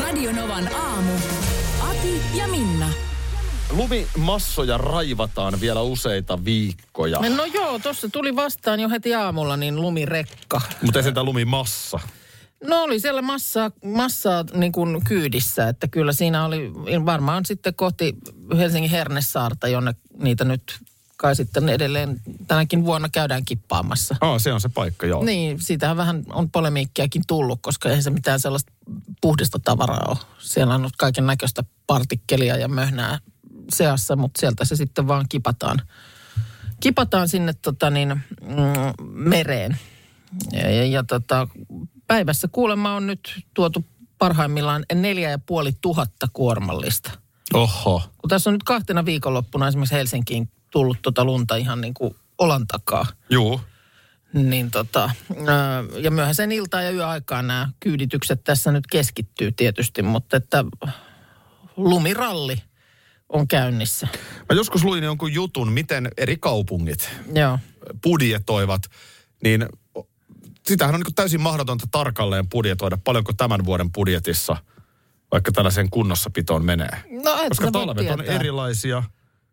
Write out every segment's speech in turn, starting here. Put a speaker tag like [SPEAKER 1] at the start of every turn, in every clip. [SPEAKER 1] Radionovan aamu. Ati ja Minna.
[SPEAKER 2] Lumimassoja raivataan vielä useita viikkoja.
[SPEAKER 3] No joo, tuossa tuli vastaan jo heti aamulla niin lumirekka.
[SPEAKER 2] Mutta ei sitä lumimassa.
[SPEAKER 3] No oli siellä massaa, massaa niin kuin kyydissä, että kyllä siinä oli varmaan sitten kohti Helsingin Hernesaarta, jonne niitä nyt kai sitten edelleen tänäkin vuonna käydään kippaamassa.
[SPEAKER 2] Aa, se on se paikka, joo.
[SPEAKER 3] Niin, siitähän vähän on polemiikkiakin tullut, koska ei se mitään sellaista puhdasta tavaraa ole. Siellä on kaiken näköistä partikkelia ja möhnää seassa, mutta sieltä se sitten vaan kipataan, kipataan sinne tota niin, mm, mereen. Ja, ja, ja tota, päivässä kuulemma on nyt tuotu parhaimmillaan neljä ja puoli tuhatta kuormallista.
[SPEAKER 2] Oho.
[SPEAKER 3] Kun tässä on nyt kahtena viikonloppuna esimerkiksi Helsinkiin tullut tota lunta ihan niin kuin olan takaa.
[SPEAKER 2] Juu.
[SPEAKER 3] Niin tota, öö, ja myöhäisen iltaan ja yöaikaan nämä kyyditykset tässä nyt keskittyy tietysti, mutta että lumiralli on käynnissä.
[SPEAKER 2] Mä joskus luin jonkun jutun, miten eri kaupungit
[SPEAKER 3] Joo.
[SPEAKER 2] budjetoivat, niin sitähän on niin täysin mahdotonta tarkalleen budjetoida, paljonko tämän vuoden budjetissa vaikka tällaiseen kunnossapitoon menee.
[SPEAKER 3] No et
[SPEAKER 2] Koska
[SPEAKER 3] sä voi
[SPEAKER 2] talvet on
[SPEAKER 3] tietää.
[SPEAKER 2] erilaisia,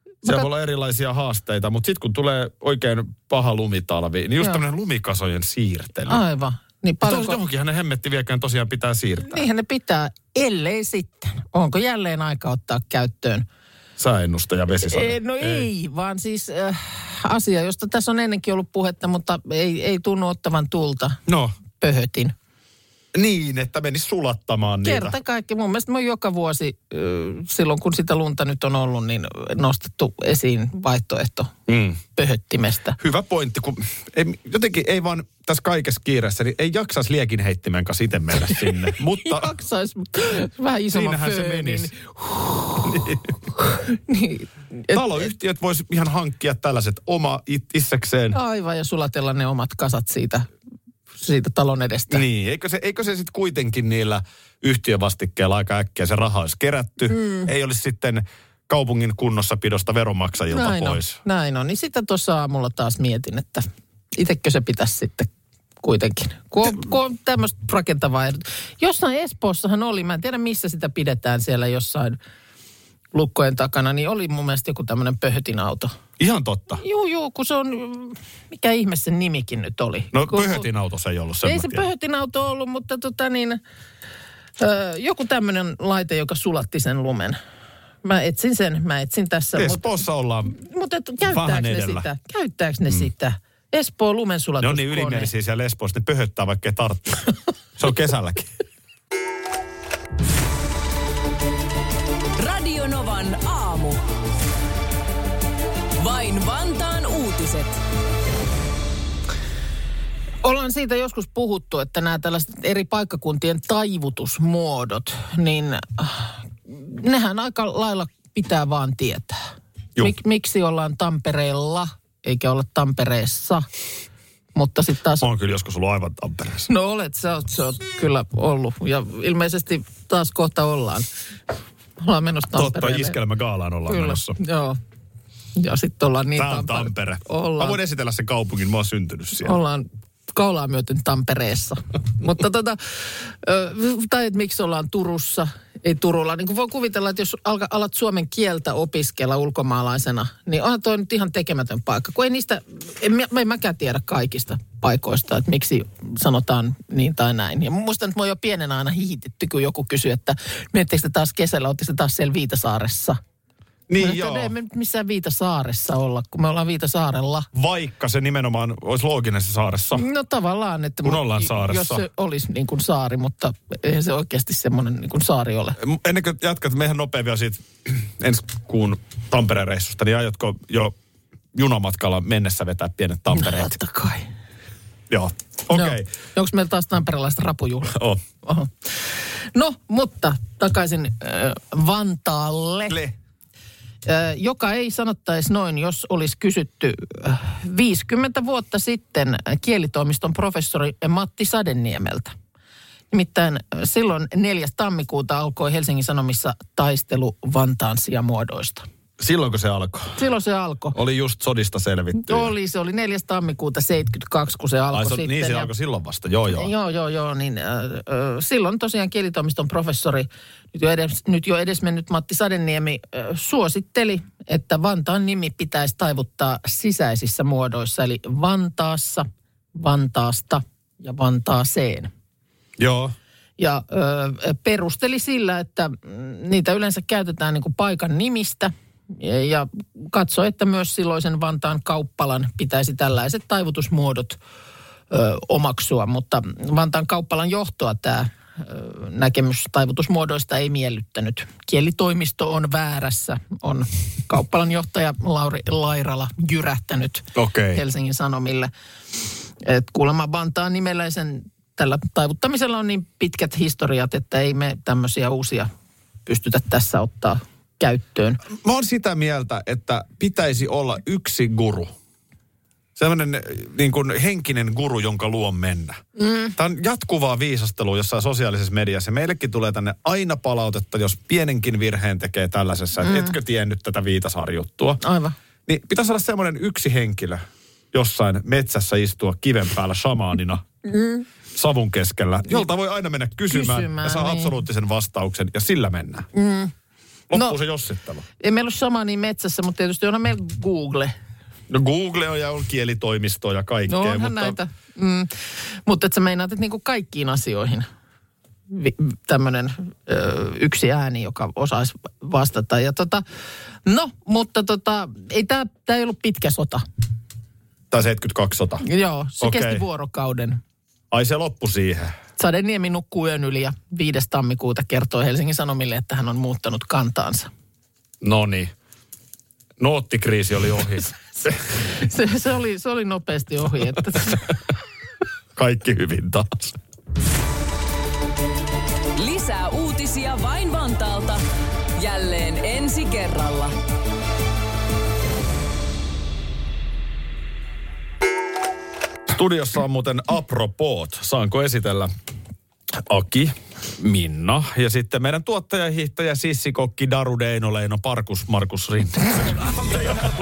[SPEAKER 2] siellä
[SPEAKER 3] kat-
[SPEAKER 2] voi olla erilaisia haasteita, mutta sitten kun tulee oikein paha lumitalvi, niin just
[SPEAKER 3] Joo.
[SPEAKER 2] tämmöinen lumikasojen siirtely.
[SPEAKER 3] Aivan. Niin
[SPEAKER 2] Paljonko...
[SPEAKER 3] paljonko,
[SPEAKER 2] Johonkinhan ne hemmetti viekään tosiaan pitää siirtää. Niin.
[SPEAKER 3] niinhän ne pitää, ellei sitten. Onko jälleen aika ottaa käyttöön
[SPEAKER 2] Sääennuste ja vesisade.
[SPEAKER 3] Ei, no ei, ei vaan siis äh, asia, josta tässä on ennenkin ollut puhetta, mutta ei, ei tunnu ottavan tulta.
[SPEAKER 2] No,
[SPEAKER 3] Pöhötin.
[SPEAKER 2] niin, että menisi sulattamaan niitä.
[SPEAKER 3] Kerta kaikki. Mun mielestä me on joka vuosi äh, silloin, kun sitä lunta nyt on ollut, niin nostettu esiin vaihtoehto
[SPEAKER 2] Mm.
[SPEAKER 3] pöhöttimestä.
[SPEAKER 2] Hyvä pointti, kun ei, jotenkin ei vaan tässä kaikessa kiireessä, niin ei jaksas liekin heittimen kanssa itse mennä sinne. mutta
[SPEAKER 3] Jaksaisi, mutta vähän isomman
[SPEAKER 2] siinähän se
[SPEAKER 3] föönin.
[SPEAKER 2] menisi.
[SPEAKER 3] Niin, et,
[SPEAKER 2] Taloyhtiöt vois ihan hankkia tällaiset oma it, itsekseen.
[SPEAKER 3] aivan, ja sulatella ne omat kasat siitä, siitä talon edestä.
[SPEAKER 2] Niin, eikö se, eikö se sitten kuitenkin niillä yhtiövastikkeilla aika äkkiä se raha olisi kerätty? Mm. Ei olisi sitten kaupungin kunnossapidosta veronmaksajilta
[SPEAKER 3] näin
[SPEAKER 2] pois.
[SPEAKER 3] On, näin on. Niin sitä tuossa aamulla taas mietin, että itsekö se pitäisi sitten kuitenkin. Kun on, kun on tämmöistä rakentavaa. ehdot- Jossain Espoossahan oli, mä en tiedä missä sitä pidetään siellä jossain lukkojen takana, niin oli mun mielestä joku tämmöinen pöhötinauto.
[SPEAKER 2] Ihan totta.
[SPEAKER 3] Juu, juu, kun se on, mikä ihme sen nimikin nyt oli.
[SPEAKER 2] No
[SPEAKER 3] kun,
[SPEAKER 2] pöhötin autossa ei ollut
[SPEAKER 3] Kun, ei
[SPEAKER 2] semmoinen.
[SPEAKER 3] se pöhötinauto ollut, mutta tota niin, ö, joku tämmöinen laite, joka sulatti sen lumen. Mä etsin sen, mä etsin tässä. mutta-
[SPEAKER 2] Espoossa ollaan,
[SPEAKER 3] mutta et käyttääkö
[SPEAKER 2] Vähän
[SPEAKER 3] ne
[SPEAKER 2] edellä.
[SPEAKER 3] sitä? Käyttääkö ne sitä? Espoo
[SPEAKER 2] ne
[SPEAKER 3] lumensulatus.
[SPEAKER 2] on niin ylimielisiä siellä Espoossa, ne pöhöttää vaikka ei tarttu. Se on kesälläkin.
[SPEAKER 1] Radionovan aamu. Vain Vantaan uutiset.
[SPEAKER 3] Ollaan siitä joskus puhuttu, että nämä tällaiset eri paikkakuntien taivutusmuodot, niin äh, nehän aika lailla pitää vaan tietää.
[SPEAKER 2] Juu.
[SPEAKER 3] Mik, miksi ollaan Tampereella eikä olla Tampereessa, mutta sitten taas...
[SPEAKER 2] Mä oon kyllä joskus ollut aivan Tampereessa.
[SPEAKER 3] No olet, sä oot, sä oot kyllä ollut ja ilmeisesti taas kohta ollaan. Ollaan menossa
[SPEAKER 2] Totta,
[SPEAKER 3] Tampereelle.
[SPEAKER 2] iskelmä gaalaan ollaan
[SPEAKER 3] Kyllä, Niin,
[SPEAKER 2] menossa.
[SPEAKER 3] joo. Ja sitten ollaan niin
[SPEAKER 2] Tää on
[SPEAKER 3] Tampere-
[SPEAKER 2] Tampere. Mä
[SPEAKER 3] Ollaan,
[SPEAKER 2] voin esitellä sen kaupungin, mä oon syntynyt siellä.
[SPEAKER 3] ollaan kaulaa myöten Tampereessa. Mutta tota, ö, tai että miksi ollaan Turussa, ei Turulla. Niin kuin voi kuvitella, että jos alka, alat suomen kieltä opiskella ulkomaalaisena, niin onhan toi nyt ihan tekemätön paikka. Kun ei niistä, en, mä- mä en mäkään tiedä kaikista paikoista, että miksi sanotaan niin tai näin. Ja mä muistan, että mä oon jo pienenä aina hiitetty, kun joku kysyi, että miettikö te taas kesällä, ootteko te taas siellä Viitasaaressa?
[SPEAKER 2] Niin
[SPEAKER 3] Mutta
[SPEAKER 2] joo.
[SPEAKER 3] ei me nyt missään Viitasaaressa olla, kun me ollaan Viitasaarella.
[SPEAKER 2] Vaikka se nimenomaan olisi looginen se saaressa.
[SPEAKER 3] No tavallaan, että
[SPEAKER 2] Kun
[SPEAKER 3] mut-
[SPEAKER 2] ollaan
[SPEAKER 3] jos
[SPEAKER 2] saaressa.
[SPEAKER 3] se olisi niin kuin saari, mutta eihän se oikeasti semmoinen niin kuin saari ole.
[SPEAKER 2] Ennen kuin jatkat, mehän nopea vielä siitä ensi kuun Tampereen reissusta, niin aiotko jo junamatkalla mennessä vetää pienet Tampereet?
[SPEAKER 3] Totta kai.
[SPEAKER 2] Joo, okei. Okay.
[SPEAKER 3] No, onko meillä taas tamperelaista rapujuhla?
[SPEAKER 2] No. Oh.
[SPEAKER 3] Oho. No, mutta takaisin äh, Vantaalle,
[SPEAKER 2] Le.
[SPEAKER 3] äh, joka ei sanottaisi noin, jos olisi kysytty äh, 50 vuotta sitten kielitoimiston professori Matti Sadenniemeltä. Nimittäin äh, silloin 4. tammikuuta alkoi Helsingin Sanomissa taistelu Vantaan sijamuodoista.
[SPEAKER 2] Silloinko se alkoi?
[SPEAKER 3] Silloin se alkoi.
[SPEAKER 2] Oli just sodista selvitty.
[SPEAKER 3] Oli, se oli 4. tammikuuta 72, kun se alkoi
[SPEAKER 2] Ai, se,
[SPEAKER 3] sitten.
[SPEAKER 2] niin se
[SPEAKER 3] ja-
[SPEAKER 2] alkoi silloin vasta, joo joo.
[SPEAKER 3] Joo, joo, joo. Niin, äh, äh, silloin tosiaan kielitoimiston professori, nyt jo, edes, nyt jo edesmennyt Matti Sadeniemi, äh, suositteli, että Vantaan nimi pitäisi taivuttaa sisäisissä muodoissa, eli Vantaassa, Vantaasta ja Vantaaseen.
[SPEAKER 2] joo.
[SPEAKER 3] Ja ö, perusteli sillä, että mm, niitä yleensä käytetään niin kuin paikan nimistä ja- ja katsoi, että myös silloisen Vantaan kauppalan pitäisi tällaiset taivutusmuodot ö, omaksua. Mutta Vantaan kauppalan johtoa tämä ö, näkemys taivutusmuodoista ei miellyttänyt. Kielitoimisto on väärässä, on kauppalan johtaja Lauri Lairala jyrähtänyt
[SPEAKER 2] Okei.
[SPEAKER 3] Helsingin Sanomille. Et kuulemma Vantaan nimeläisen tällä taivuttamisella on niin pitkät historiat, että ei me tämmöisiä uusia pystytä tässä ottaa käyttöön.
[SPEAKER 2] Mä oon sitä mieltä, että pitäisi olla yksi guru. Sellainen niin kuin henkinen guru, jonka luon mennä. Mm. Tämä on jatkuvaa viisastelua jossain sosiaalisessa mediassa. Meillekin tulee tänne aina palautetta, jos pienenkin virheen tekee tällaisessa, mm. etkö tiennyt tätä viitasarjuttua.
[SPEAKER 3] Aivan.
[SPEAKER 2] Niin pitäisi olla semmoinen yksi henkilö jossain metsässä istua kiven päällä shamaanina savun keskellä, jolta voi aina mennä kysymään,
[SPEAKER 3] Mm. Kysymään,
[SPEAKER 2] ja saa
[SPEAKER 3] niin.
[SPEAKER 2] absoluuttisen vastauksen ja sillä mennään. Mm. Loppuu
[SPEAKER 3] No.
[SPEAKER 2] se jossittelu.
[SPEAKER 3] Ei meillä ole sama niin metsässä, mutta tietysti onhan meillä Google.
[SPEAKER 2] No Google on ja on kielitoimistoa ja kaikkea.
[SPEAKER 3] No onhan
[SPEAKER 2] mutta
[SPEAKER 3] näitä. Mm. Mutta että sä meinaat, että niinku kaikkiin asioihin vi- tämmöinen ö, yksi ääni, joka osaisi vastata. Ja tota, no, mutta tota, ei tämä tää ei ollut pitkä sota.
[SPEAKER 2] Tämä 72 sota.
[SPEAKER 3] Joo, se okay.
[SPEAKER 2] Okei.
[SPEAKER 3] kesti vuorokauden.
[SPEAKER 2] Ai se loppu siihen.
[SPEAKER 3] Sadeniemi nukkuu yön yli ja 5. tammikuuta kertoo Helsingin Sanomille, että hän on muuttanut kantaansa.
[SPEAKER 2] No niin. Noottikriisi oli ohi.
[SPEAKER 3] Se, se, oli, se oli nopeasti ohi. Että
[SPEAKER 2] Kaikki hyvin taas.
[SPEAKER 1] Lisää uutisia vain Vantaalta. Jälleen ensi kerralla.
[SPEAKER 2] Studiossa on muuten apropoot. Saanko esitellä Aki, Minna ja sitten meidän tuottaja, hiihtäjä, sissikokki Daru Deinoleino, Parkus Markus Rinne.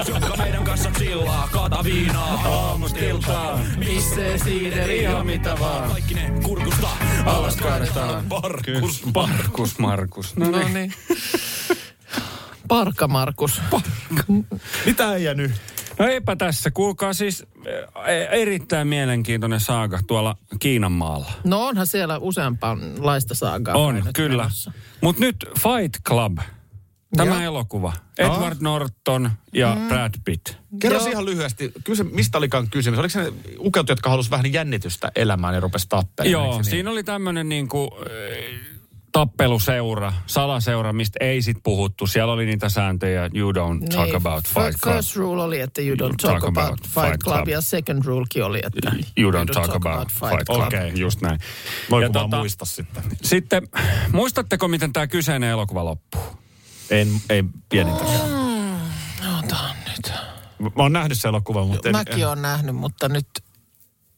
[SPEAKER 4] jonka meidän kanssa chillaa. Kaata viinaa aamustiltaan. Missä siideri ihan mitä vaan. Kaikki ne kurkusta alas kaadetaan.
[SPEAKER 2] Parkus.
[SPEAKER 5] Markus, Markus. No
[SPEAKER 3] no
[SPEAKER 5] niin.
[SPEAKER 3] niin. Parkka Markus.
[SPEAKER 2] Mitä ei nyt?
[SPEAKER 5] No eipä tässä. Kuulkaa siis eh, erittäin mielenkiintoinen saaga tuolla Kiinan maalla.
[SPEAKER 3] No onhan siellä useampanlaista saagaa.
[SPEAKER 5] On,
[SPEAKER 3] nyt
[SPEAKER 5] kyllä.
[SPEAKER 3] menossa.
[SPEAKER 5] Mutta nyt Fight Club, tämä
[SPEAKER 3] Joo.
[SPEAKER 5] elokuva. Edward Norton ja Brad Pitt.
[SPEAKER 2] Kerro
[SPEAKER 3] Joo.
[SPEAKER 2] ihan lyhyesti, kyse, mistä olikaan kysymys? Oliko se ne ukeut, jotka halusivat vähän jännitystä elämään ja rupesi tappelemaan?
[SPEAKER 5] Joo,
[SPEAKER 2] eikö se niin?
[SPEAKER 5] siinä oli tämmöinen niinku, äh, tappeluseura, salaseura, mistä ei sit puhuttu. Siellä oli niitä sääntöjä, you don't talk about
[SPEAKER 3] Niin, fir-
[SPEAKER 5] Fight Club.
[SPEAKER 3] First rule oli, että you don't talk, about, Fight Club. Ja second rulekin oli, että
[SPEAKER 5] You don't, talk, about, Fight Club. Okei, okay, just näin.
[SPEAKER 2] Voi
[SPEAKER 5] Ja
[SPEAKER 2] kun tota...
[SPEAKER 5] tota-
[SPEAKER 2] muista sitten.
[SPEAKER 5] Sitten, muistatteko miten tämä kyseinen elokuva loppuu?
[SPEAKER 2] No. En, ei pienintäkään.
[SPEAKER 3] Otan No, nyt.
[SPEAKER 2] Mä oon nähnyt sen elokuvan, mutta en,
[SPEAKER 3] Mäkin olen nähnyt, mutta nyt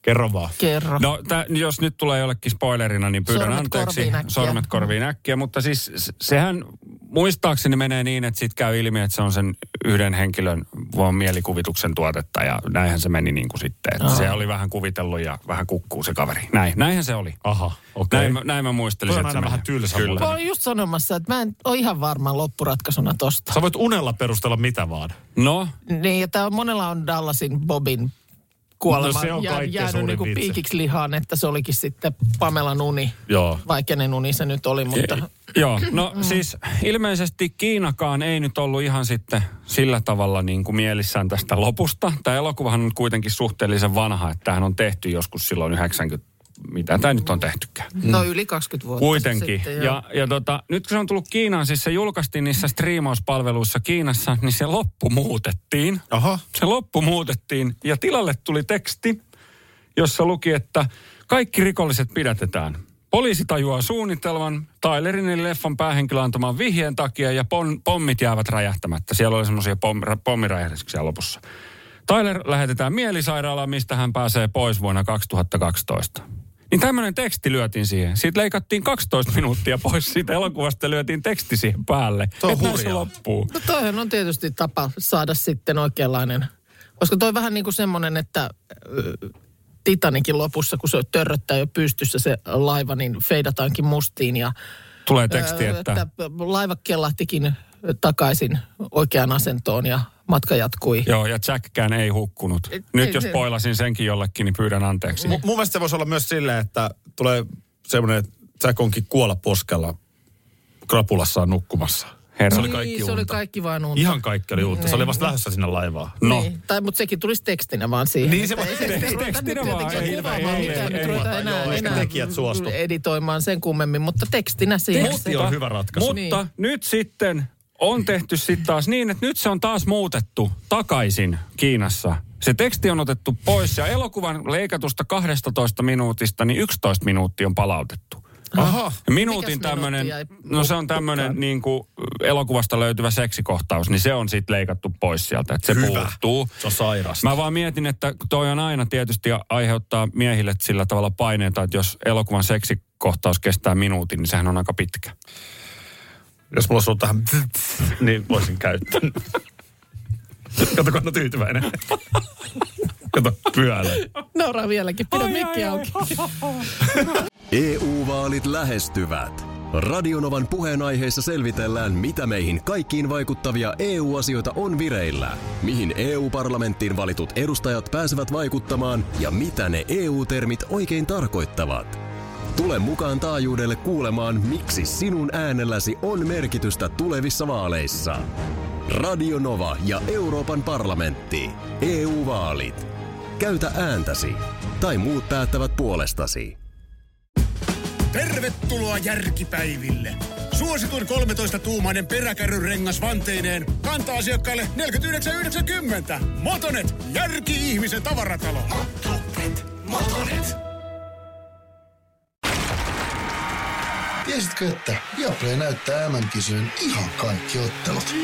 [SPEAKER 2] kerro vaan.
[SPEAKER 3] kerro.
[SPEAKER 5] No, tää, jos nyt tulee jollekin spoilerina, niin pyydän
[SPEAKER 3] Sormet
[SPEAKER 5] anteeksi.
[SPEAKER 3] korviin äkkiä.
[SPEAKER 5] Sormet korviin äkkiä. Mutta siis se- sehän muistaakseni menee niin, että sit käy ilmi, että se on sen yhden henkilön vaan mielikuvituksen tuotetta. Ja näinhän se meni niin kuin sitten. Että se oli vähän kuvitellut ja vähän kukkuu se kaveri. Näin, näinhän se oli.
[SPEAKER 2] Aha, okei.
[SPEAKER 5] Näin, mä- näin mä muistelin.
[SPEAKER 2] Toi on aina vähän tylsä
[SPEAKER 5] Kyllä.
[SPEAKER 3] Mä
[SPEAKER 2] mulle.
[SPEAKER 3] olin just sanomassa, että mä en ole ihan varmaan loppuratkaisuna tosta.
[SPEAKER 2] Sä voit unella perustella mitä vaan.
[SPEAKER 5] No,
[SPEAKER 3] Niin, ja tää on, monella on Dallasin Bobin kuolema
[SPEAKER 2] No se on kaikkein
[SPEAKER 3] jäänyt
[SPEAKER 2] suurin
[SPEAKER 3] niinku
[SPEAKER 2] vitsi.
[SPEAKER 3] piikiksi lihaan, että se olikin sitten Pamelan uni.
[SPEAKER 2] Joo.
[SPEAKER 3] Vaikka kenen uni se nyt oli, mutta...
[SPEAKER 5] Joo, no
[SPEAKER 3] Mm.
[SPEAKER 5] siis ilmeisesti Kiinakaan ei nyt ollut ihan sitten sillä tavalla niin kuin mielissään tästä lopusta. Tämä elokuvahan on kuitenkin suhteellisen vanha, että tämähän on tehty joskus silloin 90, mitä tämä nyt on tehtykään.
[SPEAKER 3] No
[SPEAKER 2] Mm.
[SPEAKER 3] yli 20 vuotta
[SPEAKER 5] Kuitenkin.
[SPEAKER 3] sitten, joo.
[SPEAKER 5] ja ja tota, nyt kun se on tullut Kiinaan, siis se julkaistiin niissä striimauspalveluissa Kiinassa, niin se loppu muutettiin.
[SPEAKER 2] Aha.
[SPEAKER 5] Se loppu muutettiin ja tilalle tuli teksti, jossa luki, että kaikki rikolliset pidätetään. Poliisi tajuaa suunnitelman Tylerin eli leffan päähenkilö antaman vihjeen takia ja pon, pommit jäävät räjähtämättä. Siellä oli semmoisia pom, ra- pommiräjähdyksiä lopussa. Tyler lähetetään mielisairaalaan, mistä hän pääsee pois vuonna 2012. Niin tämmöinen teksti lyötiin siihen. Siitä leikattiin 12 minuuttia pois siitä elokuvasta ja lyötiin teksti siihen päälle.
[SPEAKER 2] Se on
[SPEAKER 5] Et näin se
[SPEAKER 2] hurjaa.
[SPEAKER 5] loppuu.
[SPEAKER 3] No toihan on tietysti tapa saada sitten oikeanlainen. Koska toi vähän niin kuin semmoinen, että ö, Titanikin lopussa, kun se törröttää jo pystyssä se laiva, niin feidataankin mustiin ja
[SPEAKER 5] Tulee teksti,
[SPEAKER 3] ö,
[SPEAKER 5] että...
[SPEAKER 3] laiva kellahtikin takaisin oikeaan asentoon ja matka jatkui.
[SPEAKER 5] Joo, ja Jackkään ei hukkunut.
[SPEAKER 3] Et-
[SPEAKER 5] Nyt
[SPEAKER 3] ei
[SPEAKER 5] jos
[SPEAKER 3] se-
[SPEAKER 5] poilasin senkin jollekin, niin pyydän anteeksi.
[SPEAKER 2] Mu- mun mielestä se voisi olla myös silleen, että tulee semmoinen, että Jack onkin kuolla poskella krapulassaan nukkumassa.
[SPEAKER 5] Herra.
[SPEAKER 2] Se oli kaikki
[SPEAKER 3] niin, se
[SPEAKER 2] unta.
[SPEAKER 3] oli kaikki vain unta.
[SPEAKER 2] Ihan kaikki oli uutta. Se oli vasta lähdössä sinne laivaan.
[SPEAKER 5] No.
[SPEAKER 3] Niin. Tai, mutta sekin tulisi tekstinä vaan siihen.
[SPEAKER 2] Niin, se
[SPEAKER 3] Että
[SPEAKER 2] voi-
[SPEAKER 3] ei nyt
[SPEAKER 5] tekstinä
[SPEAKER 3] ruveta nyt
[SPEAKER 5] vaan,
[SPEAKER 3] jotenkin
[SPEAKER 5] ei,
[SPEAKER 3] kuvaamaan
[SPEAKER 5] ei,
[SPEAKER 3] mitään,
[SPEAKER 5] ei,
[SPEAKER 3] nyt
[SPEAKER 5] ei,
[SPEAKER 3] ruveta
[SPEAKER 2] ei,
[SPEAKER 3] enää-
[SPEAKER 2] joo, ehkä
[SPEAKER 3] enää
[SPEAKER 2] tekijät suostu.
[SPEAKER 3] editoimaan sen kummemmin, mutta tekstinä siihen.
[SPEAKER 2] Mutti on hyvä ratkaisu.
[SPEAKER 5] Mutta nyt sitten on tehty sitten taas niin, että nyt se on taas muutettu takaisin Kiinassa. Se teksti on otettu pois ja elokuvan leikatusta 12 minuutista, niin 11 minuuttia on palautettu.
[SPEAKER 2] Aha.
[SPEAKER 5] Ja Minuutin
[SPEAKER 3] minuutti
[SPEAKER 5] tämmöinen,
[SPEAKER 3] jäi
[SPEAKER 5] no se on tämmöinen niin kuin elokuvasta löytyvä seksikohtaus, niin se on sitten leikattu pois sieltä, että se
[SPEAKER 2] Hyvä.
[SPEAKER 5] puuttuu.
[SPEAKER 2] Se on sairasta.
[SPEAKER 5] Mä vaan mietin, että toi on aina tietysti aiheuttaa miehille sillä tavalla paineita, että jos elokuvan seksikohtaus kestää minuutin, niin sehän on aika pitkä.
[SPEAKER 2] Jos mulla olisi ollut tähän, niin voisin käyttää. Kato, kun on tyytyväinen. Kato, pyölee.
[SPEAKER 3] Nauraa vieläkin, pidä mikki auki.
[SPEAKER 6] EU-vaalit E lähestyvät. Radionovan puheenaiheessa selvitellään, mitä meihin kaikkiin vaikuttavia EU-asioita on vireillä, mihin EU-parlamenttiin valitut edustajat pääsevät vaikuttamaan ja mitä ne EU-termit oikein tarkoittavat. Tule mukaan taajuudelle kuulemaan, miksi sinun äänelläsi on merkitystä tulevissa vaaleissa. Radio Nova ja Euroopan parlamentti. EU-vaalit. Käytä ääntäsi. Tai muut päättävät puolestasi.
[SPEAKER 7] Tervetuloa järkipäiville. Suosituin 13-tuumainen peräkärryrengas vanteineen kantaa asiakkaille 49,90. Motonet, järki-ihmisen tavaratalo. Motonet, Motonet.
[SPEAKER 8] Tiesitkö, että Viaplay näyttää MM-kisojen ihan kaikki ottelut?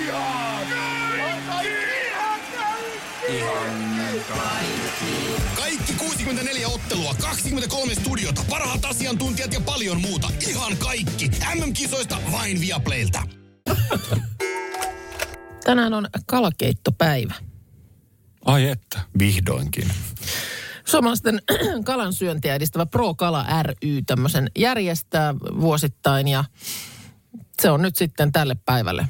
[SPEAKER 7] Kaikki 64 ottelua, 23 studiota, parhaat asiantuntijat ja paljon muuta. Ihan kaikki. MM-kisoista vain Viaplaylta.
[SPEAKER 3] Tänään on kalakeittopäivä.
[SPEAKER 5] Ai että.
[SPEAKER 2] Vihdoinkin.
[SPEAKER 3] Suomalaisten kalan syöntiä edistävä Pro Kala ry tämmöisen järjestää vuosittain ja se on nyt sitten tälle päivälle,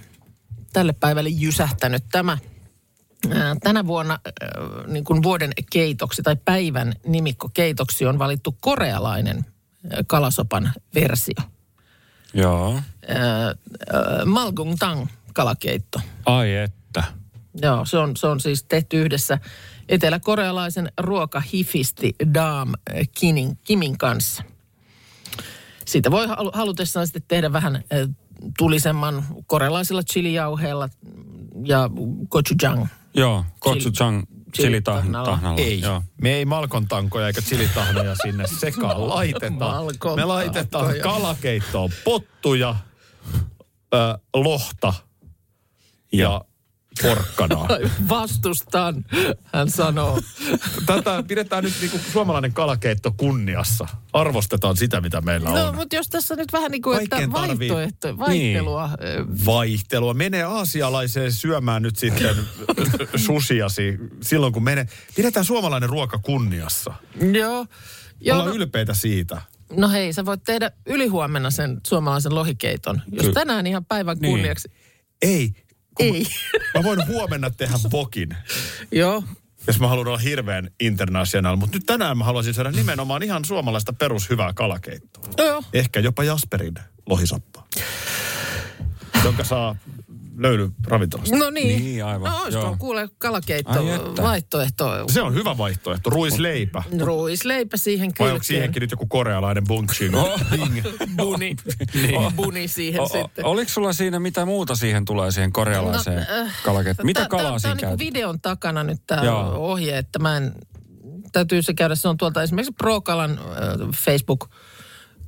[SPEAKER 3] tälle päivälle jysähtänyt tämä. Ää, Tänä vuonna ää, niin kuin vuoden keitoksi tai päivän nimikko keitoksi on valittu korealainen ää, kalasopan versio.
[SPEAKER 5] Joo.
[SPEAKER 3] Ää, ää, Malgung Tang kalakeitto.
[SPEAKER 5] Ai että.
[SPEAKER 3] Joo, se on, se on siis tehty yhdessä eteläkorealaisen ruokahifisti Daam äh, Kinin, Kimin kanssa. Siitä voi halu- halutessaan sitten tehdä vähän äh, tulisemman korealaisilla chilijauheilla ja gochujang.
[SPEAKER 5] Joo, gochujang
[SPEAKER 3] chilitahnalla.
[SPEAKER 5] chilitahnalla.
[SPEAKER 2] Ei.
[SPEAKER 5] Joo.
[SPEAKER 2] Me ei malkon tankoja eikä chilitahnoja sinne sekaan laiteta.
[SPEAKER 3] Malkon
[SPEAKER 2] Me laitetaan
[SPEAKER 3] tankoja.
[SPEAKER 2] kalakeittoon pottuja, ö, lohta ja porkkanaa.
[SPEAKER 3] Vastustan, hän sanoo.
[SPEAKER 2] Tätä pidetään nyt niinku suomalainen kalakeitto kunniassa. Arvostetaan sitä, mitä meillä on.
[SPEAKER 3] No, mutta jos tässä nyt vähän niin kuin, että
[SPEAKER 2] Kaikkeen tarvii- Niin.
[SPEAKER 3] vaihtoehto, vaihtelua. äh,
[SPEAKER 2] vaihtelua. Mene aasialaiseen syömään nyt sitten susiasi silloin, kun menee. Pidetään suomalainen ruoka kunniassa.
[SPEAKER 3] Joo.
[SPEAKER 2] Joo,
[SPEAKER 3] Joo,
[SPEAKER 2] Ollaan ylpeitä siitä.
[SPEAKER 3] No hei, sä voit tehdä ylihuomenna sen suomalaisen lohikeiton. Jos
[SPEAKER 5] Kyllä.
[SPEAKER 3] tänään ihan päivän
[SPEAKER 5] Niin.
[SPEAKER 3] kunniaksi.
[SPEAKER 2] Ei. kun
[SPEAKER 3] Ei.
[SPEAKER 2] Mä voin huomenna tehdä vokin,
[SPEAKER 3] Joo.
[SPEAKER 2] jos mä haluan olla hirveän international. Mutta nyt tänään mä haluaisin saada nimenomaan ihan suomalaista perushyvää kalakeittoa.
[SPEAKER 3] Joo.
[SPEAKER 2] Ehkä jopa Jasperin lohisoppa, jonka saa löydy ravintolasta.
[SPEAKER 3] No niin.
[SPEAKER 5] Niin, aivan.
[SPEAKER 3] No olisiko
[SPEAKER 5] Joo.
[SPEAKER 3] kuule kalakeitto
[SPEAKER 5] Ai että.
[SPEAKER 3] vaihtoehto.
[SPEAKER 2] Se on hyvä vaihtoehto, ruisleipä.
[SPEAKER 3] Ruisleipä siihen
[SPEAKER 2] Vai
[SPEAKER 3] kylkeen.
[SPEAKER 2] onko siihenkin nyt joku korealainen bunchi?
[SPEAKER 3] Buni. niin. Buni siihen
[SPEAKER 5] O, o,
[SPEAKER 3] sitten.
[SPEAKER 5] oliko sulla siinä mitä muuta siihen tulee siihen korealaiseen no,
[SPEAKER 3] äh,
[SPEAKER 5] kalakettoon? Mitä
[SPEAKER 3] tää-
[SPEAKER 5] kalaa
[SPEAKER 3] tää
[SPEAKER 5] siinä
[SPEAKER 3] on niinku
[SPEAKER 5] käytetään?
[SPEAKER 3] videon takana nyt tämä
[SPEAKER 5] Joo.
[SPEAKER 3] ohje, että mä en, täytyy se käydä, se on tuolta esimerkiksi ProKalan äh, Facebook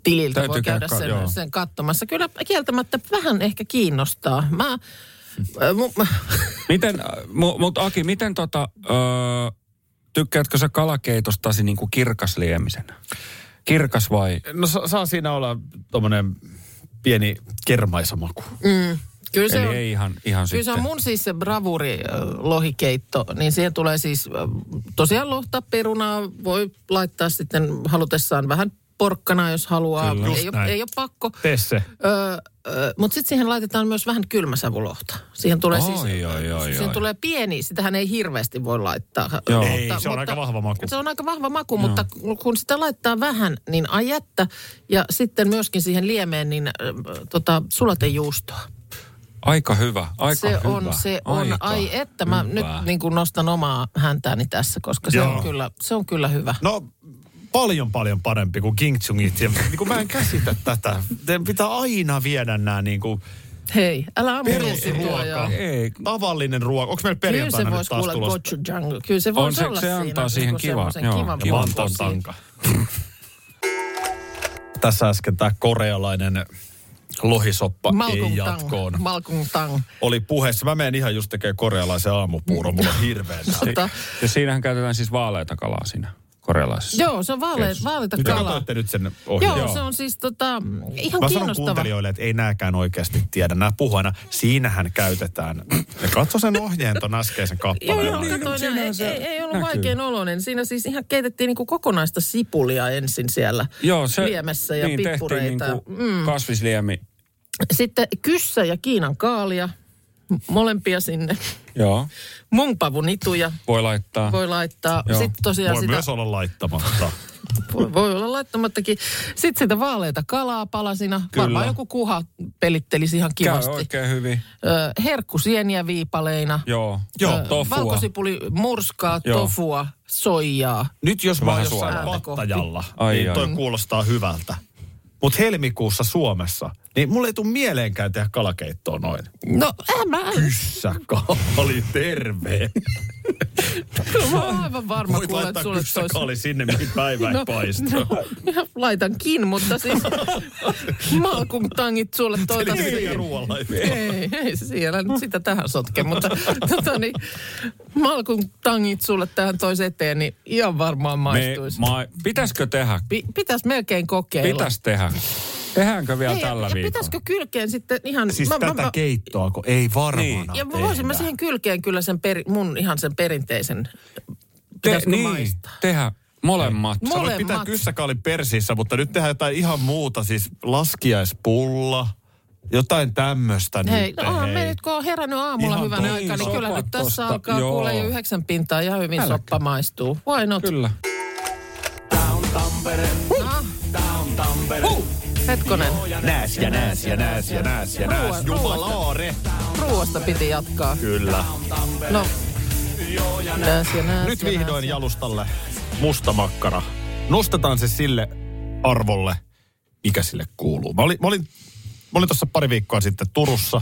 [SPEAKER 3] tililtä voi
[SPEAKER 5] Täytyy
[SPEAKER 3] käydä
[SPEAKER 5] käydä,
[SPEAKER 3] sen,
[SPEAKER 5] joo.
[SPEAKER 3] sen katsomassa. Kyllä kieltämättä vähän ehkä kiinnostaa. Mä,
[SPEAKER 5] Mm.
[SPEAKER 3] äh, mu, mä
[SPEAKER 5] Miten, äh, mu, mut Aki, miten tota, ö, tykkäätkö sä kalakeitostasi niinku kirkasliemisenä? Kirkas vai?
[SPEAKER 2] No sa- saa siinä olla tommonen pieni kermaisamaku.
[SPEAKER 3] kyllä se
[SPEAKER 5] Eli
[SPEAKER 3] on,
[SPEAKER 5] ei ihan, ihan
[SPEAKER 3] Kyllä se
[SPEAKER 5] sitten.
[SPEAKER 3] on mun siis se bravuri äh, lohikeitto, niin siihen tulee siis äh, tosiaan lohta, perunaa, voi laittaa sitten halutessaan vähän porkkanaa, jos haluaa.
[SPEAKER 5] Kyllä,
[SPEAKER 3] ei,
[SPEAKER 5] just
[SPEAKER 3] ole,
[SPEAKER 5] näin.
[SPEAKER 3] ei ole pakko.
[SPEAKER 2] Tee se.
[SPEAKER 3] Öö, öö, Mutta sitten siihen laitetaan myös vähän kylmäsavulohta. Siihen tulee siis,
[SPEAKER 5] Ai, ai, ai,
[SPEAKER 3] siihen
[SPEAKER 5] ai.
[SPEAKER 3] tulee pieni, sitähän ei hirveästi voi laittaa.
[SPEAKER 5] Joo.
[SPEAKER 2] Ei, se on aika vahva maku.
[SPEAKER 3] Se on aika vahva maku, mutta kun sitä laittaa vähän, niin ai jättä. Ja sitten myöskin siihen liemeen, niin öö, tota, sulatejuustoa.
[SPEAKER 5] Aika hyvä, aika
[SPEAKER 3] se
[SPEAKER 5] hyvä.
[SPEAKER 3] on, se on.
[SPEAKER 5] aika
[SPEAKER 3] ai että, mä nyt
[SPEAKER 5] hyvä.
[SPEAKER 3] niin kuin nostan omaa häntääni tässä, koska se
[SPEAKER 2] Joo.
[SPEAKER 3] on, kyllä, se on kyllä hyvä.
[SPEAKER 2] No paljon paljon parempi kuin King Chungit. Ja, niin kuin mä en käsitä tätä. Teidän pitää aina viedä nämä niin kuin
[SPEAKER 3] Hei, älä ambulinssi tuo.
[SPEAKER 2] perusruoka.
[SPEAKER 3] joo.
[SPEAKER 5] Ei.
[SPEAKER 2] Tavallinen ruoka. Onko meillä
[SPEAKER 3] Kyllä se
[SPEAKER 2] perjantaina nyt
[SPEAKER 3] voisi
[SPEAKER 2] taas
[SPEAKER 3] kuulla
[SPEAKER 2] tulossa?
[SPEAKER 3] gochujang. Kyllä se
[SPEAKER 5] On
[SPEAKER 3] voisi
[SPEAKER 5] se-
[SPEAKER 3] olla
[SPEAKER 5] se
[SPEAKER 3] siinä.
[SPEAKER 5] antaa siihen
[SPEAKER 3] niinku
[SPEAKER 5] kivan,
[SPEAKER 3] semmoisen
[SPEAKER 5] joo,
[SPEAKER 3] kivan
[SPEAKER 5] kivan
[SPEAKER 3] makuun
[SPEAKER 2] Vantaan
[SPEAKER 3] siinä.
[SPEAKER 2] tanka. Tässä äsken tämä korealainen lohisoppa ei
[SPEAKER 3] Malkung
[SPEAKER 2] jatkoon.
[SPEAKER 3] tang. Malkung tang.
[SPEAKER 2] Oli puheessa. Mä menen ihan just tekemään korealaisen aamupuuron. Mulla on hirveän nälkä.
[SPEAKER 3] Tota,
[SPEAKER 5] Ja siinähän käytetään siis vaaleita kalaa siinä korealaisessa.
[SPEAKER 3] joo, se on vaale, vaalita
[SPEAKER 2] Nyt
[SPEAKER 3] kalaa.
[SPEAKER 2] katsoitte nyt sen ohi.
[SPEAKER 3] Joo, se on siis tota, ihan
[SPEAKER 2] Mä sanon
[SPEAKER 3] kiinnostava.
[SPEAKER 2] kuuntelijoille, että ei nääkään oikeasti tiedä. Nämä puhuina, siinähän käytetään. Ja katso sen ohjeen ton äskeisen
[SPEAKER 3] Joo,
[SPEAKER 2] kappaleen.
[SPEAKER 3] joo,
[SPEAKER 5] Niin,
[SPEAKER 3] katoin,
[SPEAKER 5] no
[SPEAKER 3] ei,
[SPEAKER 5] sinänsä
[SPEAKER 3] ei, ei ollut
[SPEAKER 5] näkyy.
[SPEAKER 3] vaikein oloinen. Siinä siis ihan keitettiin niinku kokonaista sipulia ensin siellä
[SPEAKER 5] Joo, se,
[SPEAKER 3] liemessä ja
[SPEAKER 5] niin,
[SPEAKER 3] pippureita.
[SPEAKER 5] tehtiin niinku mm. kasvisliemi.
[SPEAKER 3] Sitten kyssä ja Kiinan kaalia, m- molempia sinne.
[SPEAKER 5] Joo,
[SPEAKER 3] Mungpavunituja
[SPEAKER 5] voi laittaa.
[SPEAKER 3] voi laittaa.
[SPEAKER 5] Joo.
[SPEAKER 3] Sitten tosiaan
[SPEAKER 2] Voi
[SPEAKER 3] sitä,
[SPEAKER 2] myös olla laittamatta.
[SPEAKER 3] voi- voi olla laittamattakin. Sitten sitä vaaleita kalaa palasina.
[SPEAKER 5] Kyllä.
[SPEAKER 3] Varmaan joku kuha pelittelisi ihan
[SPEAKER 5] Käy
[SPEAKER 3] kivasti.
[SPEAKER 5] oikein hyvin.
[SPEAKER 3] Ö, herkkusieniä viipaleina.
[SPEAKER 5] Joo, joo
[SPEAKER 3] Ö,
[SPEAKER 5] tofua.
[SPEAKER 3] Valkosipuli, murskaa,
[SPEAKER 5] Joo.
[SPEAKER 3] tofua, soijaa.
[SPEAKER 2] Nyt jos mä oon
[SPEAKER 5] Vähän
[SPEAKER 2] jossain
[SPEAKER 3] suolaa.
[SPEAKER 2] pattajalla,
[SPEAKER 5] Ai,
[SPEAKER 2] niin
[SPEAKER 5] ai.
[SPEAKER 2] toi kuulostaa hyvältä. Mutta helmikuussa Suomessa, niin mulle ei tule mieleenkään tehdä kalakeittoa noin.
[SPEAKER 3] No, en mä,
[SPEAKER 2] Kyssä kaali, terve.
[SPEAKER 3] kyllä mä oon aivan varma,
[SPEAKER 2] Voit
[SPEAKER 3] kuule, että
[SPEAKER 2] laittaa
[SPEAKER 3] sulle
[SPEAKER 2] kyssä
[SPEAKER 3] tois...
[SPEAKER 2] kaali sinne, mihin päivä ei paista.
[SPEAKER 3] No, laitankin, mutta siis malkumtangit sulle
[SPEAKER 2] Eli
[SPEAKER 3] toivottavasti.
[SPEAKER 2] sitä ruoanlaittoa.
[SPEAKER 3] Ei, ei siellä nyt sitä tähän sotke, mutta tota niin, malkun tangit sulle tähän tois eteen, niin ihan varmaan
[SPEAKER 5] Me,
[SPEAKER 3] maistuisi. Me,
[SPEAKER 5] ma, pitäiskö tehdä?
[SPEAKER 3] Pi, pitäis melkein kokeilla.
[SPEAKER 5] Pitäis tehdä. Tehdäänkö vielä
[SPEAKER 3] Hei, ja,
[SPEAKER 5] tällä
[SPEAKER 3] ja
[SPEAKER 5] viikolla?
[SPEAKER 3] pitäisikö kylkeen sitten ihan...
[SPEAKER 2] Siis tätä keittoa, kun ei varmana
[SPEAKER 5] Niin.
[SPEAKER 3] ja mä voisin mä
[SPEAKER 2] tehdä.
[SPEAKER 3] siihen kylkeen kyllä sen peri, mun ihan sen perinteisen...
[SPEAKER 5] Te,
[SPEAKER 3] Pitäisikö
[SPEAKER 5] niin,
[SPEAKER 3] maistaa?
[SPEAKER 5] tehdä molemmat.
[SPEAKER 3] Mo-
[SPEAKER 2] Sä voit
[SPEAKER 3] Molemmat.
[SPEAKER 2] pitää kyssäkaalin persissä, mutta nyt tehdään jotain ihan muuta, siis laskiaispulla, jotain tämmöistä
[SPEAKER 3] Hei,
[SPEAKER 2] nyt.
[SPEAKER 3] no onhan me nyt kun on herännyt aamulla
[SPEAKER 2] Ihan
[SPEAKER 3] hyvän
[SPEAKER 2] tosi
[SPEAKER 3] aikaa, niin
[SPEAKER 5] sopa
[SPEAKER 3] kyllä nyt tässä
[SPEAKER 5] tosta.
[SPEAKER 3] alkaa
[SPEAKER 5] Joo.
[SPEAKER 3] kuulee jo yhdeksän pintaa ja hyvin
[SPEAKER 5] Älkää.
[SPEAKER 3] soppa maistuu. Why not?
[SPEAKER 5] Kyllä.
[SPEAKER 3] Ah. Hetkonen,
[SPEAKER 2] Nääs ja nääs ja nääs ja nääs ja
[SPEAKER 3] Ruoan- ruoan-
[SPEAKER 2] Jumalaare.
[SPEAKER 3] ruoasta piti jatkaa.
[SPEAKER 2] Kyllä.
[SPEAKER 3] No, nääs ja nääs
[SPEAKER 2] Nyt
[SPEAKER 3] ja
[SPEAKER 2] vihdoin
[SPEAKER 3] nääs.
[SPEAKER 2] jalustalle musta makkara. Nostetaan se sille arvolle, mikä sille kuuluu. Mä olin, mä olin, mä olin tuossa pari viikkoa sitten Turussa.